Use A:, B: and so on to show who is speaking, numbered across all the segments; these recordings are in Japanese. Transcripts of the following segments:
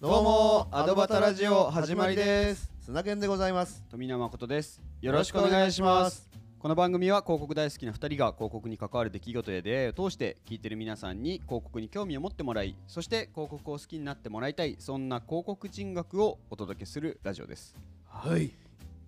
A: どうもアドバタラジオ始まりです砂健でございます
B: 富永誠ですよろしくお願いしますこの番組は広告大好きな2人が広告に関わる出来事や出会いを通して聞いてる皆さんに広告に興味を持ってもらいそして広告を好きになってもらいたいそんな広告人学をお届けするラジオです
A: はい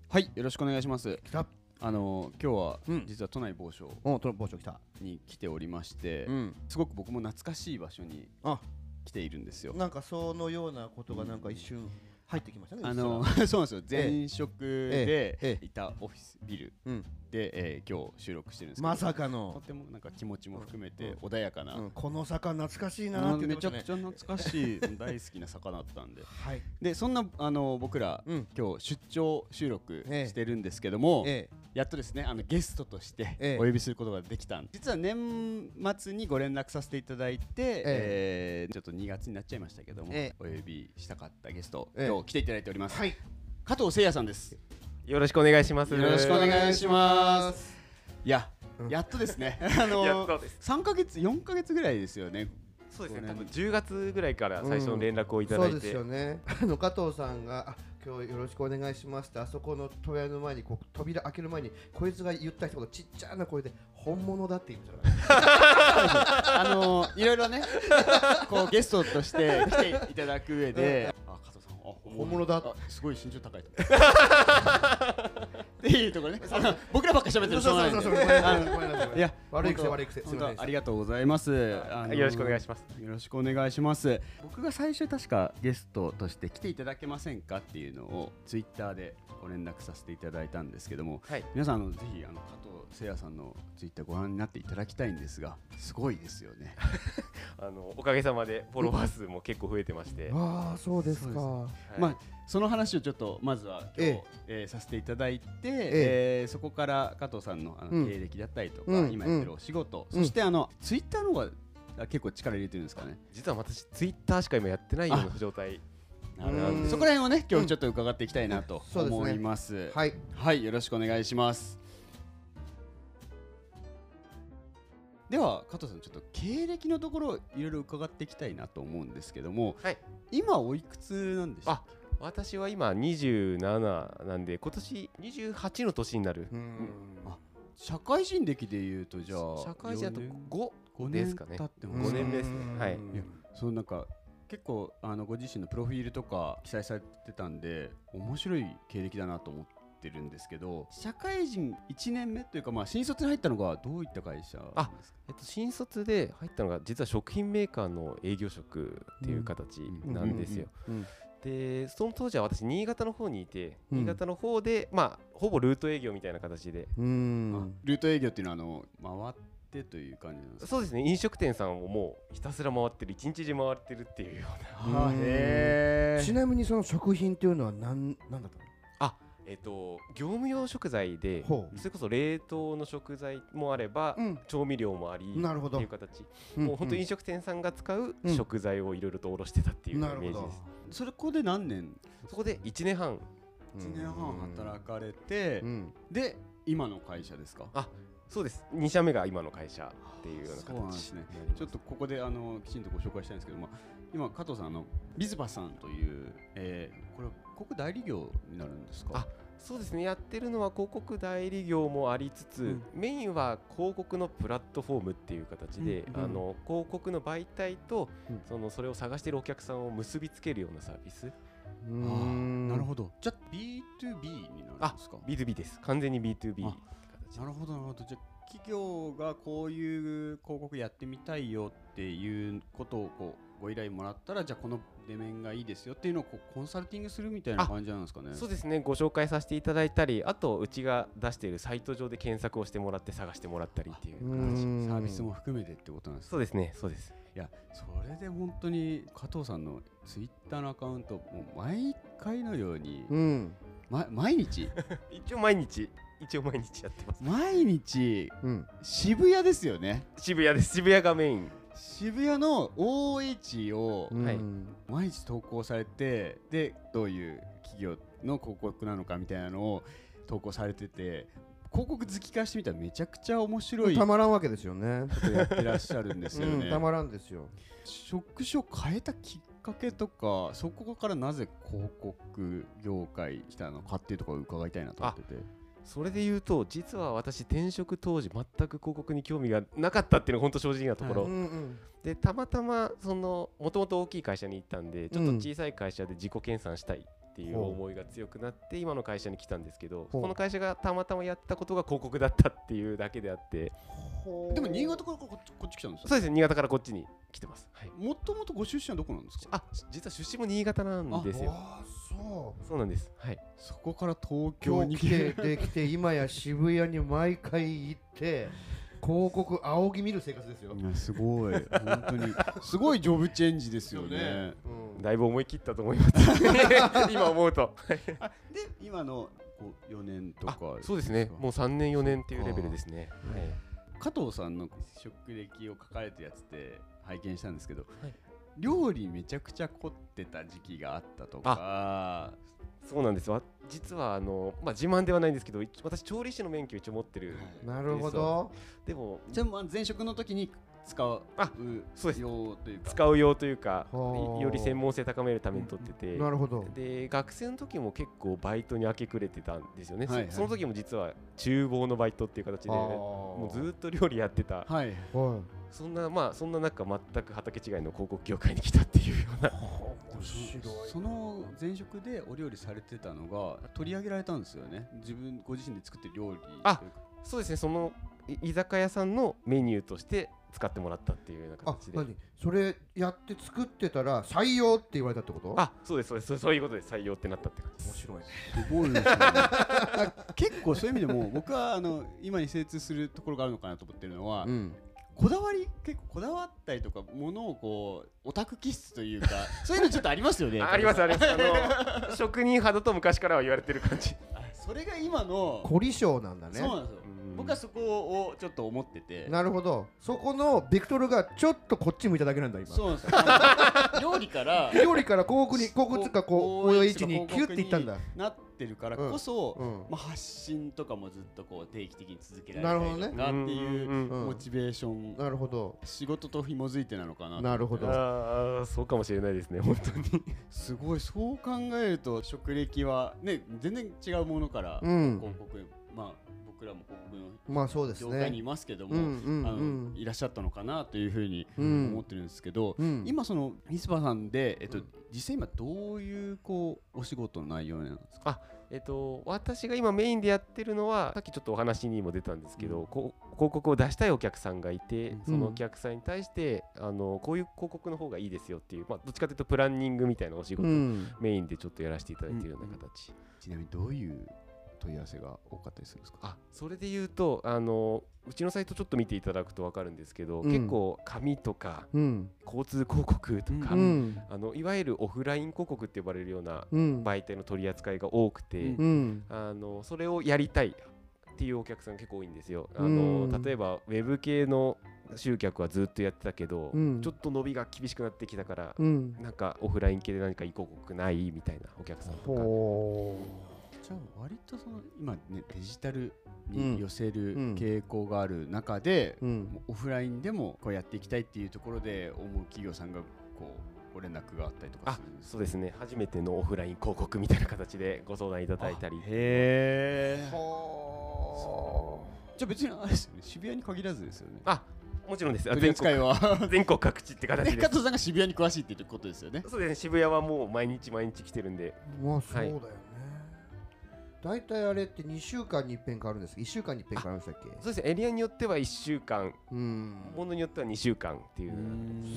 B: はいよろしくお願いします
A: 来た
B: あの今日は
A: うん
B: 実は都内某所
A: おトランプ包丁来た
B: に来ておりまして、
A: ん
B: すごく僕も懐かしい場所に
A: あ
B: 来ているんですよ
A: なんかそのようなことがなんか一瞬入ってきましたね
B: あの
A: うっす
B: そうなんですよ前職
A: えええ
B: で
A: え
B: いたオフィスビル
A: らうん
B: で、えー今日収録してるんですけど
A: まさか
B: と
A: の
B: てもなんか気持ちも含め
A: うん
B: て穏やかな、
A: うんこの坂懐かしい
B: あ
A: なー
B: の
A: って言
B: め
A: っ
B: ち
A: て
B: ゃ
A: ま
B: く
A: し
B: ち
A: た
B: ゃ懐
A: ね
B: かしい大好きな魚だったんで
A: はい
B: でそんなあの僕ら、
A: うん
B: 今日出張収録
A: ええ
B: してるんですけども、
A: え
B: やっとですねあのゲストとし
A: ええ
B: てお呼びすることができたんで実は年末にご連絡させていただいて、えーちょっと2月になっちゃいましたけども、
A: ええ
B: お呼びしたかったゲスト、
A: ええ
B: 今日来ていただいております、
A: はい
B: 加藤誠也さんです
C: よろしくお願いします。
B: よろしくお願いしますいや、
C: うん
B: やっとです ねあ
C: やっ
B: の
C: とです。
B: 3か月4か月ぐらいですよね
C: そうです
B: こ
C: ね。
B: れ
C: 多分10月ぐらいから最初の連絡をいた
D: そ
C: だ
D: う
C: い
D: です
C: て、
D: よね。あの加藤さんがあ今日よろしくお願いしますってあそこの扉の前にこう扉開ける前にこいつが言った一言ちっちゃな声で本物だって言ってたからね。
B: あのいろいろ ね、こうゲストとして来ていただく上で、あ加藤さん、あ
D: 本物だ
B: あすごい身長高いと思 う。っていうところね、あの僕らばっかり喋ってるしょうがないんで
D: そうそうそうそうごめんなさいごめんなさいごめんなさ
B: あのいや
D: 悪い癖
B: 本当
D: 悪い癖すい
B: 本
D: ませんでした
B: 当ありがとうございます。あの
C: よろしくお願いします。
B: よろしくお願いします。僕が最初確かゲストとして来ていただけませんかっていうのをツイッターでご連絡させていただいたんですけども、
C: はい
B: 皆さんあのぜひあの加藤誠也さんのツイッターご覧になっていただきたいんですが、すごいですよね。
C: あのおかげさまでフォロワー数も結構増えてまして、はい
D: ああそうです
B: か
D: か。
B: まあその話をちょっとまずは今日、
D: え
B: え
D: え
B: ーさせていただいて、えーそこから加藤さんのあの、
D: うん
B: 経歴だったりとか、
D: うん
B: 今やってるお仕事、
D: うん
B: そしてあのツイッターの方があ結構力入れてるんですかね、
C: 実は私ツイッターしか今やってないような状態。
B: なるほど
D: うん
B: そこら辺をね今日ちょっと伺っていきたいなと
D: そうですね
B: 思います,、はい、
D: はい。
B: よろしくお願いしますでは加藤さんちょっと経歴のところをいろいろ伺っていきたいなと思うんですけども、
C: はい
B: 今おいくつなんでしょう
C: あ、私は今27なんで今年28の年になる。
B: あ社会人歴でいうとじゃあ
C: 社会人だと
B: 四年
C: 5
B: 五
C: で
B: 年
C: す
B: 経
C: か
B: っ
C: ね
B: てま
C: 五
B: す
C: 年目
B: ね。
C: ですねはい
B: いやそのなんか結構あのご自身のプロフィールとか記載されてたんで面白い経歴だなと思ってるんですけど社会人1年目というかまあ新卒に入ったのがどういった会社なんですか
C: えっと、新卒で入ったのが実は食品メーカーの営業職っていう形なんですよ。
D: うん
C: でその当時は私新潟の方にいて
D: うん
C: 新潟の方で、まあほぼルート営業みたいな形で
D: う
B: あ
D: ん。
B: ルート営業っていうのはあの回ってという感じなんですか
C: そうですね飲食店さんをもうひたすら回ってる一日中回ってるっていうような
B: あへ
D: ちなみにその食品っていうのはなんなんだった
C: えっと業務用食材で
D: の？ほ
C: それこそ冷凍の食材もあれば、
D: う。うん。
C: 調味料もあり
D: なるほ
C: って
D: ど
C: いう。形、もう本当飲食店さんが使う
D: うん
C: 食材をいろいろとおろしてたっていうイメ
D: なるほど
C: ージです、
B: それここで何年
C: そこで1年半
B: 1年半働かれて
D: うん。
B: で今の会社ですか
C: そうです2社目が今の会社っていうような
B: そうなんで
C: 形
B: すね
C: になります
B: ちょっとここであのきちんとご紹介したいんですけども、今加藤さんあのビズパさんという、えー、これ国代理業になるんですか。
C: あそうですねやってるのは広告代理業もありつつ、
B: うん
C: メインは広告のプラットフォームっていう形で、
B: うんうん
C: あの広告の媒体と、
D: うん
C: そのそれを探しているお客さんを結びつけるようなサービス
B: あーなるほ
D: ど。
B: ど。じゃあ B to B になるん
C: あ
B: ですか。
C: B2B です完全に B2B って
B: あ
C: 形
B: なるほどなるほど。じゃあ企業がこういう広告やってみたいよっていうことをこうご依頼もらったらじゃあこの出面がいいですよっていうのをこうコンサルティングするみたいな
C: あ
B: 感じなんですかね。
C: そうですねご紹介させていただいたりあとうちが出しているサイト上で検索をしてもらって探してもらったりっていう
D: う
C: 形
D: ん
B: サービスも含めてってことなんですね
C: そうですねそうです
B: いやそれで本当に加藤さんのツイッターのアカウントもう毎回のように、
D: うん。
B: ま、毎日
C: 一応毎日一応毎日やってます
B: 毎日
D: うん。
B: 渋谷ですよね
C: 渋谷です渋谷がメイン
B: 渋谷の OH を
C: はい
D: うん
B: 毎日投稿されてでどういう企業の広告なのかみたいなのを投稿されてて広告好き化してみたらめちゃくちゃ面白い
D: た
B: こ
D: まらんわけですよね。
B: とやってらっしゃるんですよ
D: う
B: ね
D: ん。たまらんですよ。
B: 職種を変えたきっかけとかそこからなぜ広告業界来たのかっていうところを伺いたいなと思ってて
C: それで言うと実は私転職当時全く広告に興味がなかったっていうのが本当正直なところ、
D: うんうん
C: でたまたまそのもともと大きい会社に行ったんでちょっと
D: うん
C: 小さい会社で自己研鑽したいっていう
D: ほう
C: 思いが強くなって今の会社に来たんですけど
D: ほう
C: この会社がたまたまやったことが広告だったっていうだけであって
D: ほう
B: でも新潟からこっちこっち来たんです
C: そ
B: よ
C: うですね新潟からこっちに来てます、はい、
B: もともとご出身はどこなんですか
C: あ実は出身も新潟なんですよ
D: あーそう
C: そうなんですはい
B: そこから東京
D: 今
B: に
D: 日来
B: 来て
D: てできて今や渋谷に毎回行って広告仰ぎ見る生活ですよ。
B: いやすごい本当にすごいジョブチェンジですよね。
D: うん
C: だいぶ思い切ったと思います 今思うと
B: で今のこう4年とか
C: あそうですねもう3年4年っていうレベルですね、はい、
B: 加藤さんの職歴を書かれたやつで拝見したんですけど、
C: はい
B: 料理めちゃくちゃ凝ってた時期があったとか
C: そうなんですわ実はあの、まあ、自慢ではないんですけど一私調理師の免許一応持ってる
D: なるほど。
C: でも
B: じゃあまあ前職の時に使う
C: あそうです
B: 用というか
C: 使う用というか
D: はあ
C: より専門性高めるために取ってて、
D: なるほど。
C: で学生の時も結構バイトに明け暮れてたんですよね、そ
B: はいはい
C: その時も実は厨房のバイトっていう形でも
D: も
C: うずーっと料理やってた
B: はい
D: と。はい。
C: そんなまあそんな中全く畑違いの広告業界に来たっていうような
D: 面白い。
B: その前職でお料理されてたのが取り上げられたんですよね自分ご自身で作ってる料理
C: あ
B: というか
C: そうですねそのい居酒屋さんのメニューとして使ってもらったっていうような
D: あ
C: 形、で
D: 何それやって作ってたら採用って言われたってこと？
C: あそうですそうですそうそういうことで採用ってなったって感じで
D: 面
C: す
D: 白いね。
B: すごいですよね結構そういう意味でも僕はあの今に精通するところがあるのかなと思ってるのは、
D: うん。
B: こだわり結構こだわったりとかものをこうオタク気質というかそういうのちょっとありますよね
C: あありますあります あの職人肌と昔からは言われてる感じ、
B: それが今の、
D: 凝り性なんだね
B: そう。なんですよ、僕はそこをちょっと思ってて
D: なるほど。そこのベクトルがちょっとこっち向いただけなんだ今。
B: そうなんですよあの料理から
D: 料理から広告に広告つうかこう
B: こ
D: 応
B: う
D: 用位置にキュッていったんだ。
B: なってるからこそ、
D: うん。
B: まあ、発信とかもずっとこう定期的に続けら
D: なる
B: れ
D: ほ
B: た
D: ど
B: り
D: ね
B: とかって
C: ん
B: いうん
C: ん
D: うん
B: モチベーション、
D: なるほど。
B: 仕事と紐づいてなのかな
D: なるほど。
C: ああそうかもしれないですね本当に
B: すごいそう考えると職歴はね全然違うものから
D: うん。
B: 広告、まあ僕らも広告の
D: まあそうです
B: 業界にい
D: ね。
B: ますけども、
D: うんうん
B: あ
D: う
B: の
D: ん。
B: いらっしゃったのかなというふうに
D: うん
B: 思ってるんですけど、
D: うん、
B: 今そのミスバさんで、えっと
D: うん
B: 実際今どういうこうお仕事の内容なんですか
C: えっと私が今メインでやってるのはさっきちょっとお話にも出たんですけ
B: う
C: ど、
B: ん
C: こう広告を出したいお客さんがいて、
B: うん
C: そのお客さんに対してあのこういう広告の方がいいですよっていう、まあ、どっちかというとプランニングみたいなお仕事、
D: うん、
C: メインでちょっとやらせていただいてるような形、
B: ちなみにどういう問い合わせが多かったりするんですか
C: あそれで言うとあのうちのサイトちょっと見ていただくと分かるんですけど、
D: うん
C: 結構紙とか
D: うん、
C: 交通広告とか、
D: うん、
C: あのいわゆるオフライン広告って呼ばれるような
D: うん、
C: 媒体の取り扱いが多くて、
B: うん
D: うん、
C: あのそれをやりたいっていうお客さんが結構多いんですよ。あ
D: う
C: の
D: ん
C: 例えばウェブ系の集客はずっとやってたけど、
D: うん
C: ちょっと伸びが厳しくなってきたから、
D: うん、
C: なんかオフライン系で何かいい広告ないみたいなお客さんとか。
D: ほ
B: じゃあ割とその今ねデジタル
D: うん
B: に寄せる
D: うん
B: 傾向がある中で、
D: う、うん、
B: もうオフラインでもこうやっていきたいっていうところで思う企業さんがこうご連絡があったりとか
C: あ
B: するんですか
C: そうですね初めてのオフライン広告みたいな形でご相談いただいたり
B: へえ
D: ほ
B: じゃあ別にあれですよね渋谷に限らずですよね
C: あもちろんですあ
B: 取り
C: 全
B: 扱い
C: 国
B: は
C: 全国各地っ
B: で
C: て形で
B: 加
C: す
B: 藤さんが渋谷に詳しいっていうことですよね
C: そうですね渋谷はもう毎日毎日来てるんで
D: う、まあそうだよね。だいたいあれって二週間に一遍変わるんですか、一週間に一遍変わるんでしたっけ？
C: そうですねエリアによっては1週間
D: うん、
C: ものによっては2週間っていう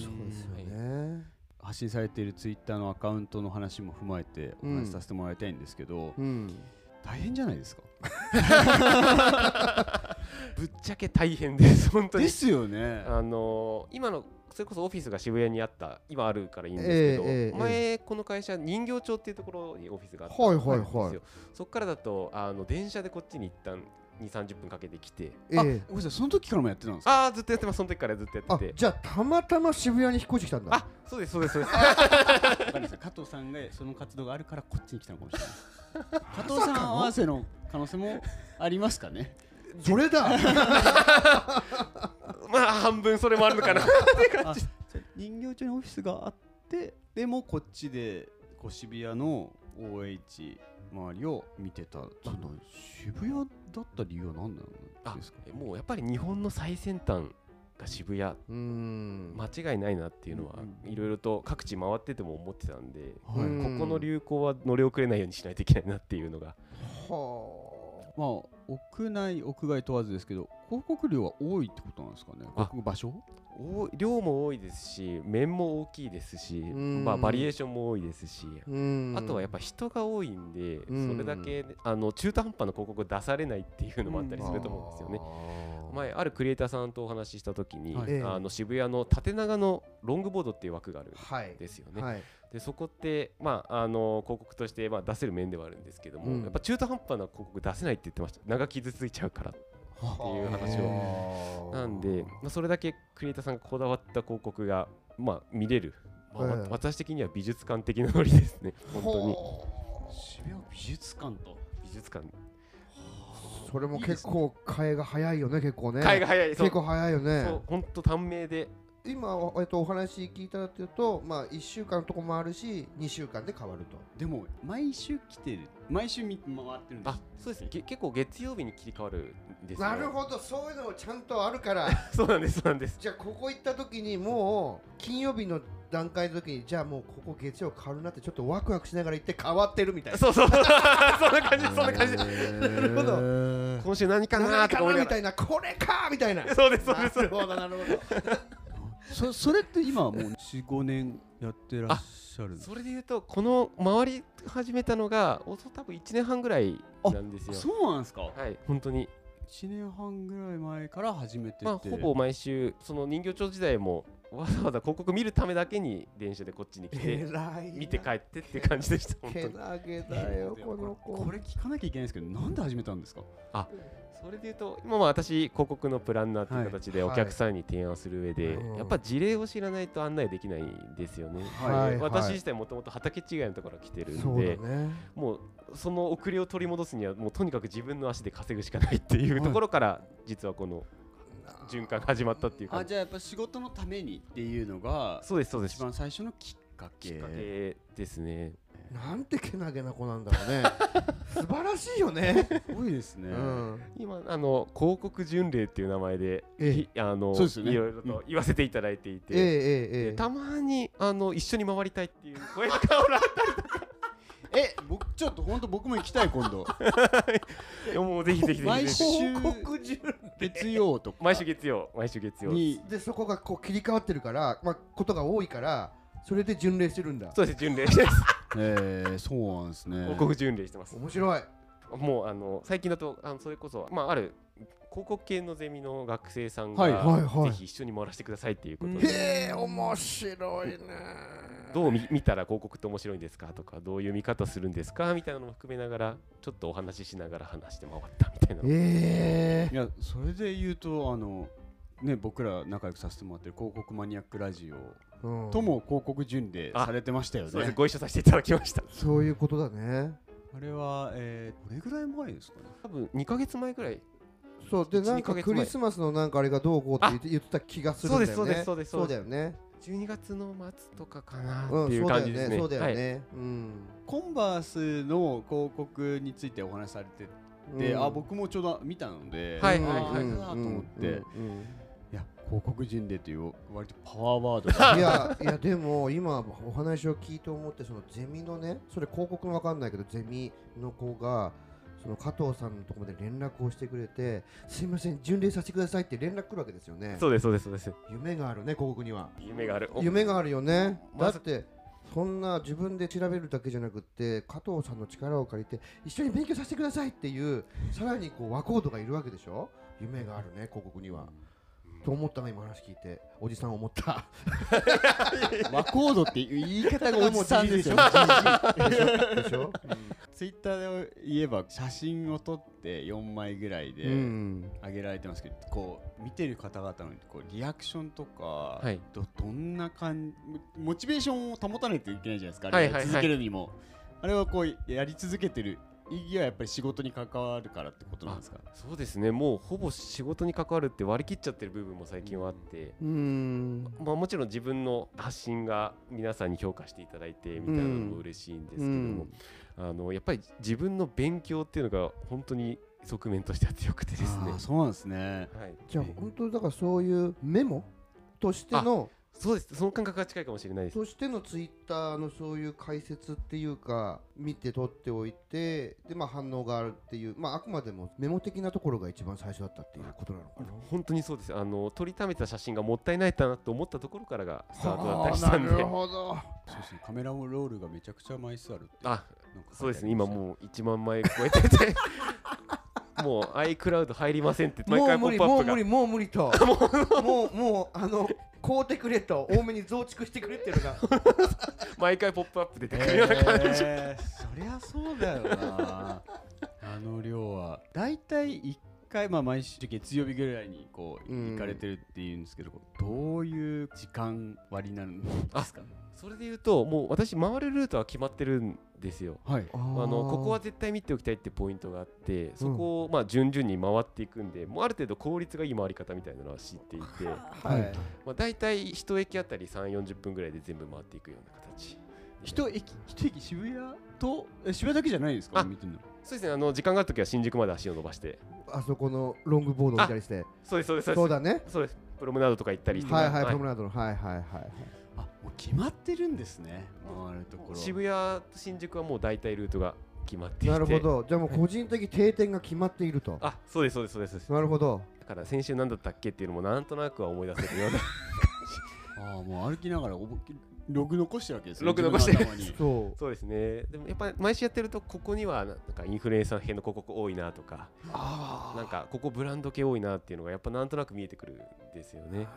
D: そうですよね。
B: 発信されているツイッターのアカウントの話も踏まえてお話しさせてもらいたいんですけど、
D: うん、
B: 大変じゃないですか
C: ぶっちゃけ大変です本当に
B: ですよね
C: あのー今のそれこそオフィスが渋谷にあった今あるからいいんですけど、
D: ええええ
C: 前この会社人形町っていうところにオフィスがあった
D: はいはいはい
C: んですよそっからだとあの電車でこっちに一旦2 3 0分かけてきて
D: え
B: あごめ
D: え
B: んなさいその時からもやってたんですか
C: ああずっとやってますその時からずっとや
D: あ
C: ってて
D: じゃあたまたま渋谷に引っ越してきたんだ。
C: あそうですそうですそうです
B: わかんないですよ加藤さんがその活動があるからこっちに来たのかも しれない加藤さん合わせの可能性もありますかね
D: それだ。
C: まあ半分それもあるのかな
B: あ人形町にオフィスがあっででもこっちでこう渋谷の OH 周りを見てたその渋谷だった理由は何な
C: あ
B: んですか
C: えもうやっぱり日本の最先端が渋谷
D: うーん
C: 間違いないなっていうのは
B: うん
C: いろいろと各地回ってても思ってたんで
B: はいう
C: こ
D: ん
C: この流行は乗り遅れないようにしないといけないなっていうのが
D: は
B: まあ屋内屋外問わずですけど広告量は多いってことなんですかね広告場所
C: 多い量も多いですし面も大きいですし、
D: ん
C: まあ、バリエーションも多いですし、
D: あうーん
C: あとはやっぱ人が多いんで、
D: ん
C: それだけあの中途半端な広告を出されないっていうのもあったりすると思うんですよね。
D: あー
C: 前あるクリエイターさんとお話しした時に、
B: はい
D: ええ
C: あの渋谷の縦長のロングボードっていう枠があるん
D: はい
C: ですよね。
D: はい
C: でそこって、まあ、あの広告として、まあ、出せる面ではあるんですけども、
D: うん
C: やっぱ中途半端な広告出せないって言ってました長傷ついちゃうからっていう話を
D: を
C: なんで、まあ、それだけクリエイターさんがこだわった広告が、まあ、見れる、まあわ
D: ええ
C: 私的には美術館的なノリで すね本当に
B: 渋谷美術館と
C: 美術館
D: それも結構替えが早いよね結構ね
C: 絵が早いそう
D: 結構早いよね
C: そう本当短命で
D: 今おえっとお話聞いたっていうとまあ1週間のとこもあるし2週間で変わると
B: でも毎週来てる毎週見回ってるんです
C: あそうですねげ結構月曜日に切り替わるんですよ
D: なるほどそういうのもちゃんとあるから
C: そうなんですそうなんです
D: じゃあここ行った時にもう金曜日の段階の時にじゃあもうここ月曜変わるなってちょっとワクワクしながら行って変わってるみたいな
C: そうそう そんな感じそんな感 じ
D: なるほど
C: 今週何かな
D: 何
C: ー
D: か
C: とか思い
D: な
C: な
D: み
C: が
D: たいなこれかみたいな
C: らそうですそうですそう
D: な
C: で
D: る
C: す
D: ほどなるほど
B: そそれって今はもう45年やってらっしゃるんです
C: それで言うとこの回り始めたのがおそ多分1年半ぐらいなんですよ
B: そうなんですか
C: はい本当に
B: 1年半ぐらい前から始めてて、
C: まあ、ほぼ毎週その人形町時代もわざわざ広告見るためだけに電車でこっちに来て
D: 偉い
C: 見て帰ってっていう感じでした 本当
D: け
C: に
D: なげだよこの子
B: これ聞かなきゃいけないんですけどなんで始めたんですか
C: それでいうと今は私広告のプランナーという形で
D: はい
C: お客さんに提案する上で、
D: はい
C: やっぱ事例を知らないと案内できないんですよね、
D: はいはい
C: 私自体もともと畑違いのところから来てる
D: そ
C: ん
D: うだ
C: で、
D: ね
C: もうその遅れを取り戻すにはもうとにかく自分の足で稼ぐしかないっていうところから、実はこの循環が始まったっていう感
B: あ
C: じ
B: じゃあやっぱ仕事のためにっていうのが
C: そうですそうで
B: 一
C: す
B: 番最初のきっかけ
C: きっかけですね
D: なんてけなげな子なんだろうね素晴らしいよね、
B: すごいですね、
D: うん、
C: 今あの広告巡礼っていう名前で、
D: ええ
C: ひあの
B: そうですよね
C: いろいろ
B: う
C: と言わせていただいてい
D: ええ
C: て、
D: ええええ
C: たまにあの一緒に回りたいっていう声がかわ
B: え僕ちょっと本当僕も行きたい今 度
C: らもうぜひぜひぜひ
B: 毎
C: ぜ
B: 週
C: ひ
D: 中
B: 月曜とか
C: 毎週月曜毎週月曜
B: に
D: でそこがこう切り替わってるから、まあ、ことが多いからそれで巡礼してるんだ
C: そうです巡礼してます
B: えー、そうなんですね
C: 広告巡礼してます
D: 面白い
C: もうあの最近だとあのそれこそまあある広告系のゼミの学生さんが、
B: はい
D: はいはい
C: ぜひ一緒に回らせてくださいっていうことで、
D: へえ面白いね
C: どう見見たら広告って面白いんですかとかどういう見方するんですかみたいなのも含めながらちょっとお話ししながら話して回ったみたいな
D: え
B: いやそれで言うとあのね僕ら仲良くさせてもらってる広告マニアックラジオ
D: えうん
B: とも広告巡礼されてましたよ
C: そうです
B: ね
C: ご一緒させていただきました
D: そういうことだね
B: あれはえー、どれぐらい前ですかね
C: 多分2ヶ月前ぐらい
D: そうで
C: 1-2
D: なんか
C: ヶ月
D: ク
C: 前
D: リスマスのなんかあれがどうこうって言って言ってた気がするんだよね
C: そうですそうですそうです
D: だよ
C: そうで
D: ね
C: 12月の末とかかな
D: うん
C: っていう
D: そうだ
C: 感
D: よ
C: じです
D: ね
C: ね
D: そうだよ
C: はい
D: ねうん
B: コンバースの広告についてお話しされてて、
D: うん
B: あ僕もちょうど見たので、
C: はい
B: あー
C: は
B: な
C: いはい
B: るほどなと思って、
D: うん
B: い
D: うんうん
B: や広告巡礼という割とパワーワードが
D: いやいやでも今お話を聞いて思ってそのゼミのねそれ広告のわかんないけどゼミの子がその加藤さんのところまで連絡をしてくれてすいません巡礼させてくださいって連絡来るわけですよね
C: そうですそうですそうです
D: 夢があるね広告には
C: 夢があるお
D: 夢があるよねだ
C: ま
D: っ
C: さ
D: てそんな自分で調べるだけじゃなくって加藤さんの力を借りて一緒に勉強させてくださいっていうさらにこう和光度がいるわけでしょ夢があるね広告には、と思ったの今話聞いておじさん思った
B: 和コードっていう言い方がおじさんですよ
D: でしょでし ょ
B: ツイッターで言えば写真を撮って4枚ぐらいで、
D: うん
B: 上げられてますけどこう見てる方々のこうリアクションとか、
C: はい
B: どどんな感じモチベーションを保たないといけないじゃないですか、
C: はいはいはい
B: あれを続けるにもあれをこうやり続けてる意義はやっぱり仕事に関わるからってことなんですか
C: そうですねもうほぼ仕事に関わるって割り切っちゃってる部分も最近はあって、
D: うん
C: まあ、もちろん自分の発信が皆さんに評価していただいてみたいなのも嬉しいんですけども、あのやっぱり自分の勉強っていうのが本当に側面としては強くてです
B: あ
C: ね
B: ー、そうなんですね
C: はい、
D: じゃあ本当だからそういうメモとしての
C: そうですその感覚が近いかもしれないです
D: としてのツイッターのそういう解説っていうか見て取っておいてでまあ反応があるっていうまああくまでもメモ的なところが一番最初だったっていうことなのかな。
C: 本当にそうですあの撮りためた写真がもったいないだなと思ったところからがスタートだったりしたん
D: なる
C: で
D: ほど。
B: そうですねカメラロールがめちゃくちゃ枚数あるって
C: あ
B: なんか
C: そ
B: 書
C: う
B: い
C: で
B: てあ
C: すね
B: りました
C: 今
B: よ
C: もう1万枚超えてて もう iCloud 入りませんって毎
D: もう
C: 回ポ
D: 無
C: ッ
D: 理
C: プア
D: もう無
C: ップが
D: 理もう無理ともうもうあの買うてくれと多めに増築してくれっていうのが
C: 毎回ポップアップ出てくるような感じ、
B: えー、そりゃそうだよな あの量はだいたい1回、まあ、毎週月曜日ぐらいにこう
D: うん
B: 行かれてるっていうんですけどどういう時間割りなんですか
C: それで言うともう私回るルートは決まってるんですよ
B: はい
D: あ
C: あのここは絶対見ておきたいってポイントがあってそこをまあ順々に回っていくんで、もうある程度効率がいい回り方みたいなのは知っていて
D: はい、
B: はい
C: まあ、大体1駅あたり3 4 0分ぐらいで全部回っていくような形
B: 一駅一駅渋谷とえ渋谷だけじゃないですか
C: あ
B: 見てるの
C: そうですねあの時間がある時は新宿まで足を伸ばして
D: あそこのロングボードを見たりして
C: そうですそうです
D: そ
C: そう
D: う
C: です
D: だね
C: そうですプロムナードとか行ったりして、
D: はいはい
C: まあ
D: プロムナードのはいはいはいはい
B: あもう決まってるんですね回るところ
C: 渋谷と新宿はもう大体ルートが決まっていて
D: なるほどじゃあもう個人的定点が決まっていると
C: あそうですそうですそうです
D: なるほど
C: だから先週何だったっけっていうのもなんとなくは思い出せるような
B: ああもう歩きながらおぼログ残してるわけですね
C: ログ残して
B: 自分の頭 に
D: そう
C: そうですねでもやっぱり毎週やってるとここにはなんかインフルエンサー編の広告多いなとか
D: あ
C: なんかここブランド系多いなっていうのがやっぱなんとなく見えてくるんですよね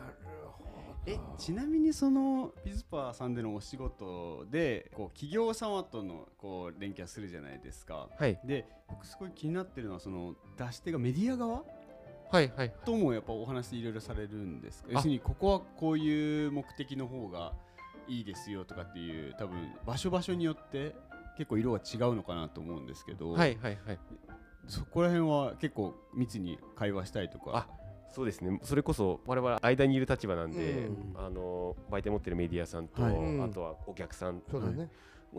B: えちなみにそのピズパーさんでのお仕事でこう企業様とのこう連携するじゃないですか
C: はい
B: で僕すごい気になってるのはその出し手がメディア側
C: はいはい
B: ともやっぱお話いろいろされるんですか
C: あ
B: 要するにここはこういう目的の方がいいですよとかっていう多分場所場所によって結構色が違うのかなと思うんですけど、
C: はいはいはい
B: そこら辺は結構密に会話したりとか
C: あそうですねそれこそ我々間にいる立場なんで、
D: うん
C: あの媒体持ってるメディアさんと、
B: はい
D: うん
C: あとはお客さん
D: そうだね、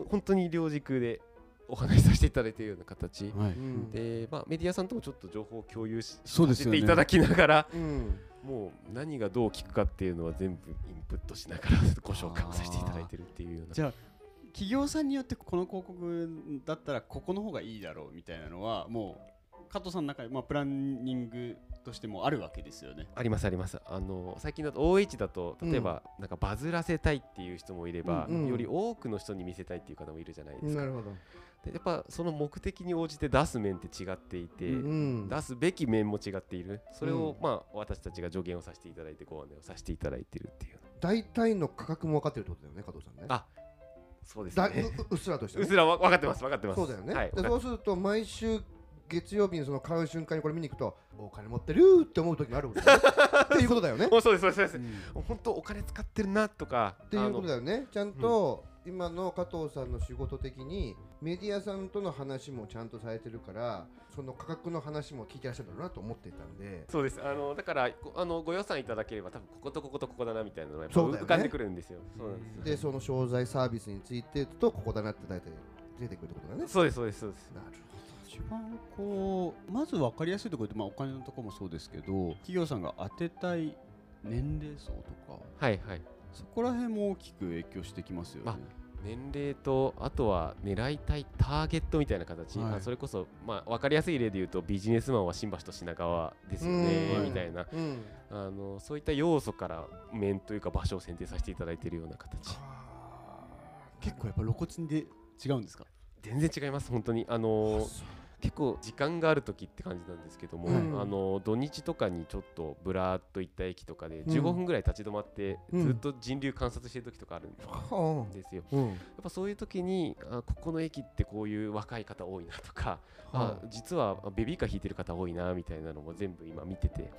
C: 本当に両軸でお話しさせていただいているような形
B: は
D: う
B: い
D: ん
C: で、まあ、メディアさんともちょっと情報を共有し
B: そうで
C: さ
B: す
C: せ
B: よ
C: て
B: ね
C: いただきながら
D: うん
C: もう何がどう聞くかっていうのは全部インプットしながらご紹介をさせていただいてるっていうような
B: じゃあ企業さんによってこの広告だったらここの方がいいだろうみたいなのはもう加藤さんの中で、まあ、プランニングとしてもあるわけですよね。
C: ありますありますあの最近だと OH だと例えば、なんかバズらせたいっていう人もいれば、
D: うんうん
C: より多くの人に見せたいっていう方もいるじゃないですか
D: なるほど、
C: でやっぱその目的に応じて出す面って違っていて、
D: うん
C: 出すべき面も違っているそれを、
D: う
C: まあ私たちが助言をさせていただいてご案内をさせていただいてるっていう
D: 大体の価格も分かってるってことだよね加藤さんね
C: あそうです
D: だ
C: ね
D: うううっすらとして
C: う
D: ね
C: っすらわ分かってます分かってます
D: そうだよね、
C: はい
D: で
C: わかっ
D: そうすると毎週月曜日にその買う瞬間にこれ見に行くとお金持ってるって思う時があるもんねっていうことだ よね
C: もうそうですそうですそうです
B: うん
C: 本当お金使ってるなとか
D: っていうこと
C: あ
D: だよねちゃんと今の加藤さんの仕事的にメディアさんとの話もちゃんとされてるからその価格の話も聞いてらっしゃるんだろうなと思っていたんで
C: のそうですあのだからごあのご予算いただければ多分こことこことここだなみたいなのがやっぱ
D: そうだよね
C: 浮かんでくるんですよそうなんです
D: でその商材サービスについてとここだなって大体出てくるってことだよね
C: そうですそうですそうです
D: なる
B: 一番こうまず分かりやすいところで、まあ、お金のところもそうですけど企業さんが当てたい年齢層とか
C: はいはい
B: そこら辺も大きく影響してきますよね。
C: 年齢とあとは狙いたいターゲットみたいな形、
B: はい
C: あそれこそ、まあ、分かりやすい例で言うとビジネスマンは新橋と品川ですよ
D: う
C: ね
D: ん
C: みたいな
D: ほどうん
C: あのそういった要素から面というか場所を選定させていただいているような形
B: 結構やっぱ露骨で違うんですか
C: 全然違います本当にあの
D: そう
C: 結構時間がある時って感じなんですけども、
D: うん
C: あの土日とかにちょっとぶらーっと行った駅とかで
D: ん
C: 15分ぐらい立ち止まって、
D: うん
C: ずっと人流観察してる時とかあるん
D: は
C: ですよ、
D: あうん
C: やっぱそういう時にあここの駅ってこういう若い方多いなとか、
D: は
C: あ実はベビーカー引いてる方多いなみたいなのも全部今見てて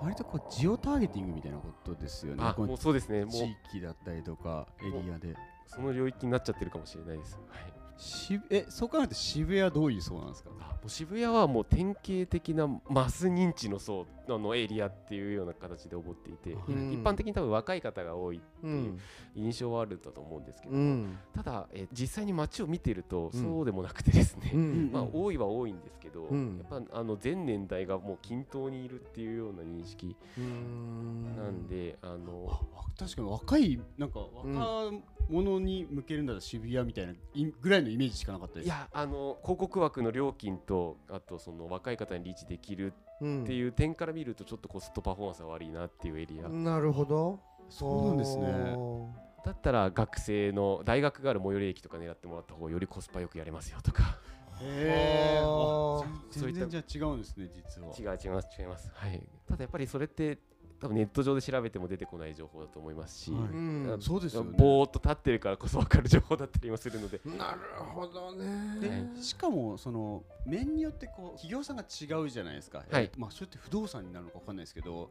B: 割とこうジオターゲティングみたいなことですよね
C: あ。
B: こ
C: も
B: の
C: うそうですねもう
B: 地域だったりとかエリアで。
C: その領域になっちゃってるかもしれないです、はい、
B: しえそう考えると渋谷どういう層なんですか
C: あもう渋谷はもう典型的なマス認知の層あのエリアっていうような形で思っていて、
D: うん
C: 一般的に多分若い方が多い
D: うん
C: 印象はあるんだと思うんですけど、
D: うん
C: ただ、えー実際に街を見てると
D: うん
C: そうでもなくてですね、
D: うん
C: まあ、多いは多いんですけど、
D: うん
C: やっぱあの全年代がもう均等にいるっていうような認識
D: うん
C: なんで、あの
B: あわ確かに若いなんか
D: うん
B: 若者に向けるんだったら渋谷みたいないぐらいのイメージしかなかったです
C: いやあの広告枠の料金とあとその若い方にリーチできる
D: うん
C: っていう点から見るとちょっとコストパフォーマンスは悪いなっていうエリア、
D: なるほど
B: そうなんですね
D: お
C: だったら学生の大学がある最寄り駅とか狙ってもらった方がよりコスパよくやれますよとか
B: へー
D: あー
B: あ全然じゃあ違うんですね実は
C: 違う違います違いますはいただやっぱりそれって多分ネット上で調べても出てこない情報だと思いますし、
B: は
D: ー
B: いう
C: あ
D: ん
B: そうですよね
C: ぼーっと立ってるからこそ分かる情報だったりもするので
D: なるほど
B: で
D: ね
B: しかもその面によってこう企業さんが違うじゃないですか、
C: はい
B: えーまあ、それって不動産になるのか分かんないですけど、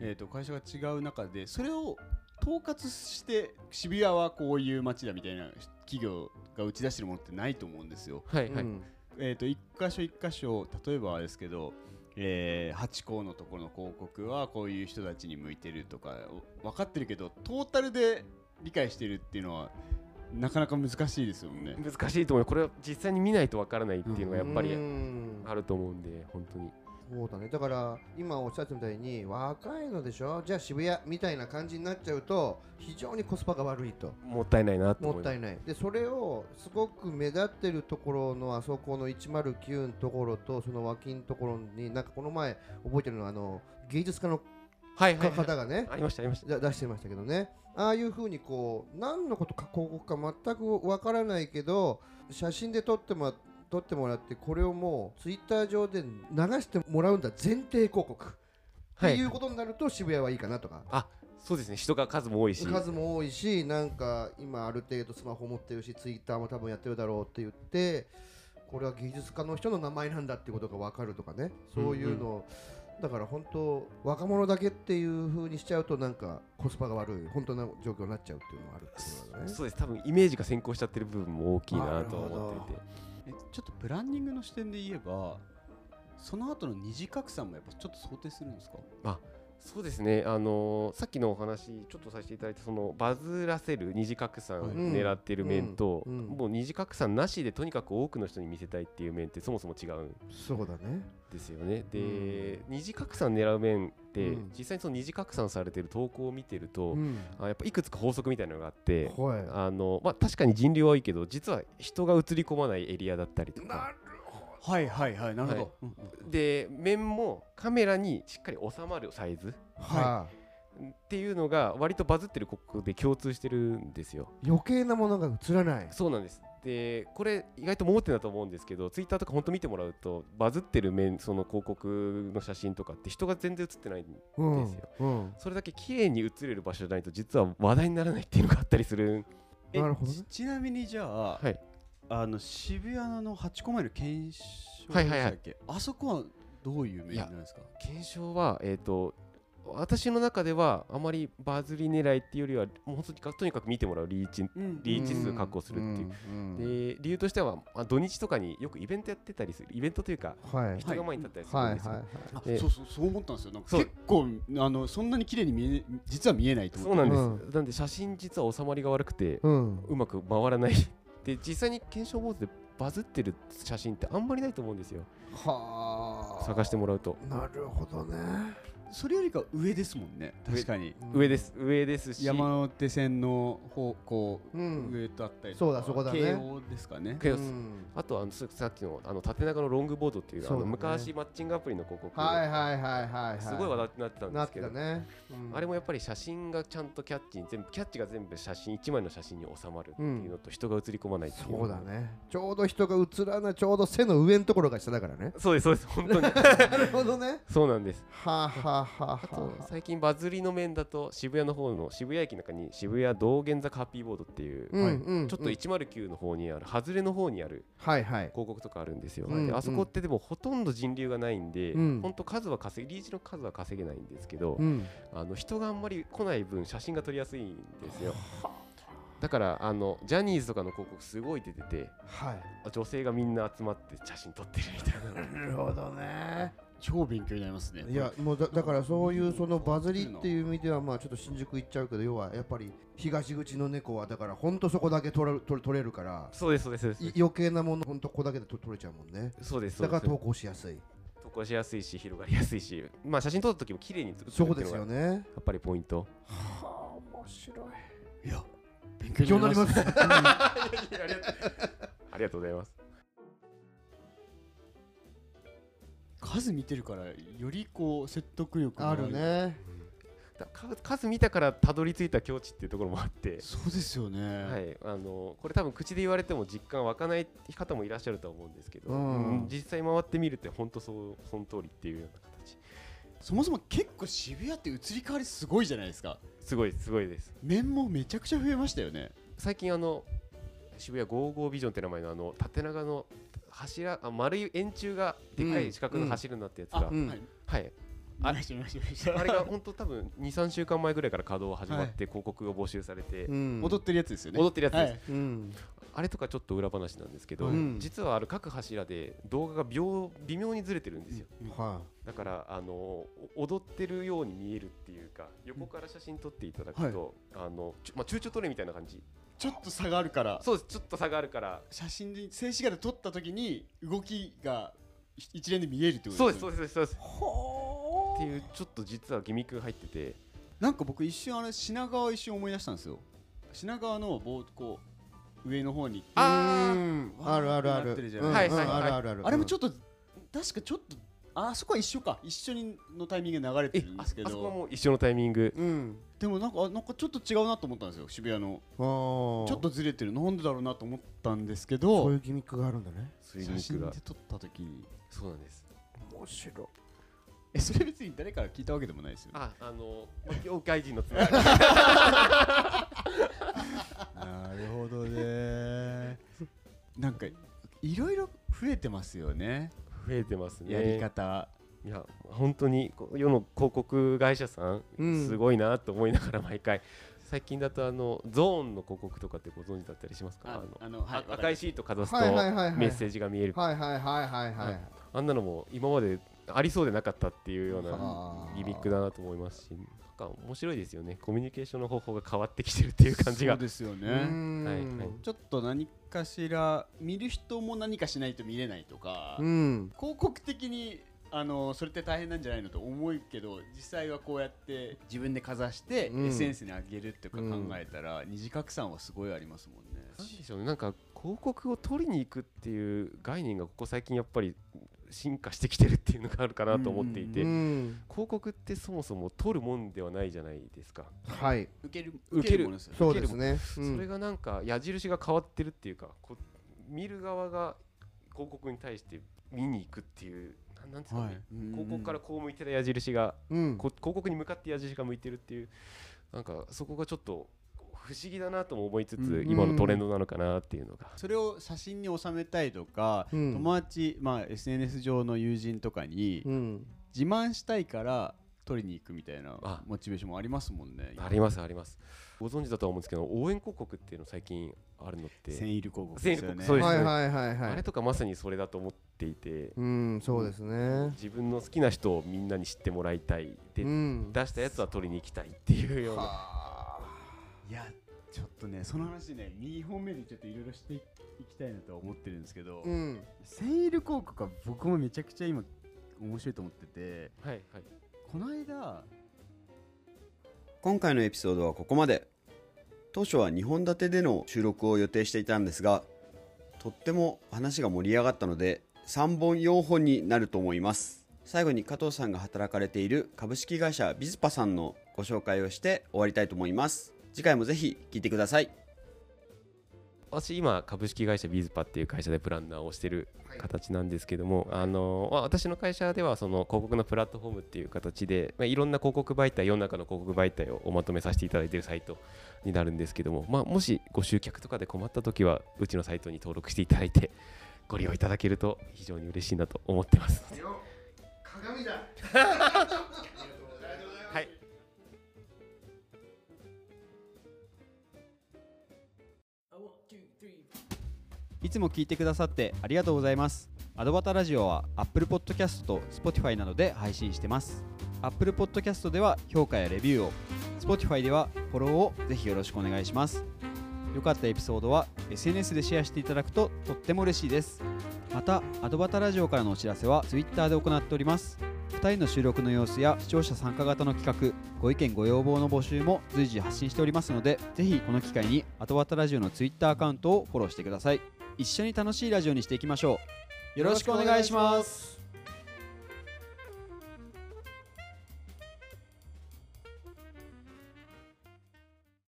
D: うん
B: えー、と会社が違う中でそれを統括して渋谷はこういう街だみたいな企業が打ち出してるものってないと思うんですよ。
C: はいはい、
D: うん
B: えー、と一箇所一箇所例えばですけど、えー、ハチ公のところの広告はこういう人たちに向いてるとか分かってるけどトータルで理解してるっていうのはなかなか難しいですよね。
C: 難しいと思うこれは実際に見ないと分からないっていうのがやっぱ
D: う
C: り
D: ん
C: あると思うんで本当に
D: そうだねだから今おっしゃってたみたいに若いのでしょじゃあ渋谷みたいな感じになっちゃうと非常にコスパが悪いと
C: もったいないなと
D: も
C: 思
D: っ
C: いま
D: た
C: す
D: いないでそれをすごく目立ってるところのあそこの109のところとその脇のところになんかこの前覚えてるのはあの芸術家の
C: はいはい、はい、
D: 方がね
C: ありましたありました
D: だ出してましたけどねああいうふうにこう何のことか広告か全くわからないけど写真で撮ってもら撮ってもらってこれをもうツイッター上で流してもらうんだ前提広告、
C: はい
D: っていうことになると渋谷はいいかなとか
C: そうですね人が数も多いし
D: 数も多いしなんか今ある程度スマホ持ってるしツイッターも多分やってるだろうって言ってこれは芸術家の人の名前なんだっていうことが分かるとかねそういうのを、だから本当若者だけっていう風にしちゃうとなんかコスパが悪い本当な状況になっちゃうっていうのもあるってことだね。
C: そうです多分イメージが先行しちゃってる部分も大きいなとは思っていて
B: えちょっとブランディングの視点で言えばその後の二次格差もやっぱちょっと想定するんですか
C: そうですねあのーさっきのお話ちょっとさせていただいたそのバズらせる二次拡散
B: はい
C: 狙ってる面と、
D: うんうん
C: もう二次拡散なしでとにかく多くの人に見せたいっていう面ってそもそも違うん
D: そうだね。
C: ですよねで、
D: うん
C: 二次拡散狙う面って、
D: うん
C: 実際にその二次拡散されてる投稿を見てると、
D: ん。
C: あやっぱいくつか法則みたいなのがあって
D: はい。
C: あの、まあ、確かに人流は多いけど実は人が映り込まないエリアだったりとか
D: なる
B: はいはいはいな
C: るほど、
B: うん
C: で面もカメラにしっかり収まるサイズ
D: は
C: っていうのが割とバズってる広告で共通してるんですよ
D: い。余計なものが映らない。
C: そうなんですでこれ意外と盲点だと思うんですけどツイッターとか本当見てもらうとバズってる面その広告の写真とかって人が全然写ってない
D: うん。
C: ですよ
D: うん。
C: それだけ綺麗に写れる場所じゃないと実は話題にならないっていうのがあったりする
B: え
D: なるほどね
B: ちちなみにじゃあ、
C: はい
B: あの渋谷の八個前の検証
C: は
B: でしたっ
C: い
B: け、
C: はいはい
B: あそこはどういうメニューなんですか
C: 検証はえっ、と私の中ではあまりバズり狙いっていうよりはもう本当にかとにかく見てもらうリーチ
B: うん
C: リーチ数確保するっていう
D: うん。うん
C: で理由としては、まあ、土日とかによくイベントやってたりするイベントというか
D: はい。はい
C: 人が前に立ったりする
D: は
C: ん
D: い
C: ですよ、
D: はい。
B: あ
C: え
B: そうそうそう思ったんですよなんか
C: そう
B: 結構あのそんなに綺麗に見え実は見えないと
C: そ
B: 思
C: う
B: って
C: なんです、
D: う
C: なんで写真実は収まりが悪くて、
D: うん。
C: うまく回らないで実際に検証坊主でバズってる写真ってあんまりないと思うんですよ
D: はあ
C: 探してもらうと
D: なるほどね
B: それよりか上ですもんね確かに
C: 上です上ですし
B: 山手線の方向、
D: うん
B: 上とあったりとか
D: そうだそこだね
B: 慶応ですかね
C: ケオス
D: うん
C: あとはあのさっきのあの縦長のロングボードっていう
D: そうだ
C: あの
D: ね
C: 昔マッチングアプリの広告、
D: はいはいはいはいはい
C: すごい話題になってたんで
D: な
C: す
D: って
C: けど
D: たね、うん
C: あれもやっぱり写真がちゃんとキャッチに全部キャッチが全部写真1枚の写真に収まるっていうのと人が写り込まないっていうのが
D: そうだねちょうど人が映らないちょうど背の上のところが下だから ね
C: そうですそうです 本当に
D: なるほどね
C: そうなんです
D: はあ、はあはあは
C: あ
D: あ
C: と最近バズりの面だと渋谷の方の渋谷駅の中に渋谷道玄坂ハッピーボードっていう、
D: うんうんうん
C: ちょっと109の方にある外れの方にある
D: はいはい
C: 広告とかあるんですよ、
D: うん
C: であそこってでもほとんど人流がないんで、
D: うん
C: ほんと数は稼ぎリーチの数は稼げないんですけど、
D: うん
C: あの人があんまり来ない分写真が撮りやすいんですよだからあのジャニーズとかの広告すごい出てて
D: はい
C: 女性がみんな集まって写真撮ってるみたいな の
D: なるほどね
B: 超勉強になりますね
D: いやもうだだからそういうそのバズりっていう意味ではまあちょっと新宿行っちゃうけど要はやっぱり東口の猫はだからほんとそこだけ取れ取れ取れるから
C: そうですそうですそうです
D: い余計なものほんとここだけで取取れちゃうもんね
C: そうです
D: だから
C: そう
D: 投
C: で
D: 稿しやすい
C: す投稿しやすいし広がりやすいしまあ写真撮った時も綺麗に写ってるって
D: そ
C: いううの
D: で
C: が
D: すよ
C: や
D: ね
C: っぱりポイント
B: いや勉強
D: 今日なります
C: ありがとうございます
B: 数見てるからよりこう説得力が
D: あるね
C: だ数数見たからたどり着いた境地っていうところもあって
B: そうですよね、
C: はい、あのこれ多分口で言われても実感湧かない方もいらっしゃると思うんですけど、
D: うん
C: 実際回ってみると本当そうその通りっていうような形
B: そもそも結構渋谷って移り変わりすごいじゃないですか
C: すごいですすごいです
B: 面もめちゃくちゃ増えましたよね
C: 最近あの渋谷55ビジョンって名前のあの縦長の柱あ丸い円柱がでっかい四角の柱になったやつが、
B: あ、
D: うん
B: はい
C: はい、
B: ありました見ました見まし
C: あ
B: た
C: れが本当多分23週間前ぐらいから稼働始まって広告が募集されて、
D: うん
B: 踊ってるやつですよね
C: 踊ってるやつです、
B: はい
D: うん
C: あれとかちょっと裏話なんですけど、
D: うん
C: 実はある各柱で動画が秒微妙にずれてるんですよ、
D: は
C: だから、あのお踊ってるように見えるっていうか横から写真撮っていただくと、あのちょまあ、中長撮れみたいな感じ
B: ちょっと差があるから
C: そうですちょっと差があるから
B: 写真で静止画で撮った時に動きが一連で見えるってこと
C: そう
B: で
C: で
B: す
C: すそ
B: よね
C: うですそうですっていうちょっと実はギミックが入ってて
B: なんか僕一瞬あれ品川一瞬思い出したんですよ品川の棒こう上の方に
C: あー
D: ーあるあるある
B: なってるじゃな
D: うん
C: い
D: うん
C: はいは
D: あ
C: い
D: るあるある
B: あれもちょ
D: っ
B: っと確かちょっとあそこは一緒か一緒にのタイミングで流れて
C: え
B: るん
C: あ
B: ですけ
C: あそこは
B: ど
C: もう一緒のタイミング
D: とうん
B: でもなんかあなんかちょっと違うなと思ったんですよ渋谷の
D: ちょ
B: ちょっとずれてるなんでだろうなと思ったんですけ
D: そうい
B: ど
D: うギミックがあるんだね
C: そういうギ
B: 写真
C: ミックが
B: で撮った時に
C: そうなんです
D: 面白い
B: えそれ別に誰から聞いたわけでもないですよね
C: ああのまあ業界人のつながり
B: なるほどね。 なんかいろいろ増えてますよね。
C: 増えてますね
B: やり方。
C: いや本当にこう世の広告会社さん、
D: うん
C: すごいなと思いながら毎回最近だとあのゾーンの広告とかってご存知だったりしますかあの
B: の
C: あ赤いシートかざすと
D: はいはいはいはい
C: メッセージが見える
D: はいはいはいはいは
C: はいいあんなのも今までありそうでなかったっていうような
D: はあ
C: ギミックだなと思いますしなんか面白いですよねコミュニケーションの方法が変わってきてるっていう感じが
B: そうです
D: う
B: よ
D: ー
B: ね。
D: ん
C: はいはい
B: ちょっと何かしら見る人も何かしないと見れないとか
D: う、ん
B: 広告的に。あのそれって大変なんじゃないのと思うけど実際はこうやって自分でかざして、
D: うん
B: SNS に上げるとか考えたら、二次拡散はすごいありますもんね。
C: なんでしょうねなんか広告を取りに行くっていう概念がここ最近やっぱり進化してきてるっていうのがあるかなと思っていて、
B: う
D: うん
C: 広告ってそもそも取るもんではないじゃないですか、
D: はい
B: 受ける
C: 受ける
B: ものですよね
D: そうですね
C: それがなんか矢印が変わってるっていうかこ見る側が広告に対して見に行くっていうなんなんですかね、
B: うん
C: 広告からこう向いてた矢印が、
D: うん
C: こ広告に向かって矢印が向いてるっていうなんかそこがちょっと不思議だなとも思いつつ、
B: うん
C: 今のトレンドなのかなっていうのが、
B: それを写真に収めたいとか、
D: うん
B: 友達、まあ、SNS 上の友人とかに
D: うん
B: 自慢したいから取りに行くみたいな
C: あ
B: モチベーションもありますもんね。
C: ありますありますご存知だとは思うんですけど応援広告っていうの最近あるのって、
B: センイル広告
C: セン
B: で
C: イ
B: すよ
C: ル広
B: ね。
C: 告そうです
D: は
C: ね
D: いはいはいは
C: あれ
D: い
C: とかまさにそれだと思っていて、
D: うんそうですね
C: 自分の好きな人をみんなに知ってもらいたいで、
D: うん
C: 出したやつは取りに行きたいっていうような
D: はあ
B: いやちょっとねその話ね2本目でちょっといろいろしていきたいなとは思ってるんですけど、
D: うん
B: センイル広告は僕もめちゃくちゃ今面白いと思ってて
C: はいはい
B: この間
A: 今回のエピソードはここまで当初は2本立てでの収録を予定していたんですがとっても話が盛り上がったので3本4本になると思います最後に加藤さんが働かれている株式会社ビズパさんのご紹介をして終わりたいと思います次回もぜひ聞いてください
C: 私今株式会社ビズパっていう会社でプランナーをしてる形なんですけども、あのまあ私の会社ではその広告のプラットフォームっていう形で、まあ、いろんな広告媒体世の中の広告媒体をおまとめさせていただいているサイトになるんですけども、まあ、もしご集客とかで困った時はうちのサイトに登録していただいてご利用いただけると非常に嬉しいなと思ってます。
D: 鏡だ
C: はい
A: いつも聞いてくださってありがとうございますアドバタラジオは Apple Podcast と Spotify などで配信してます Apple Podcast では評価やレビューを Spotify ではフォローをぜひよろしくお願いします良かったエピソードは SNS でシェアしていただくととっても嬉しいですまたアドバタラジオからのお知らせは Twitter で行っております2人の収録の様子や視聴者参加型の企画ご意見ご要望の募集も随時発信しておりますのでぜひこの機会にアドバタラジオの Twitter アカウントをフォローしてください一緒に楽しいラジオにしていきましょうよろしくお願いします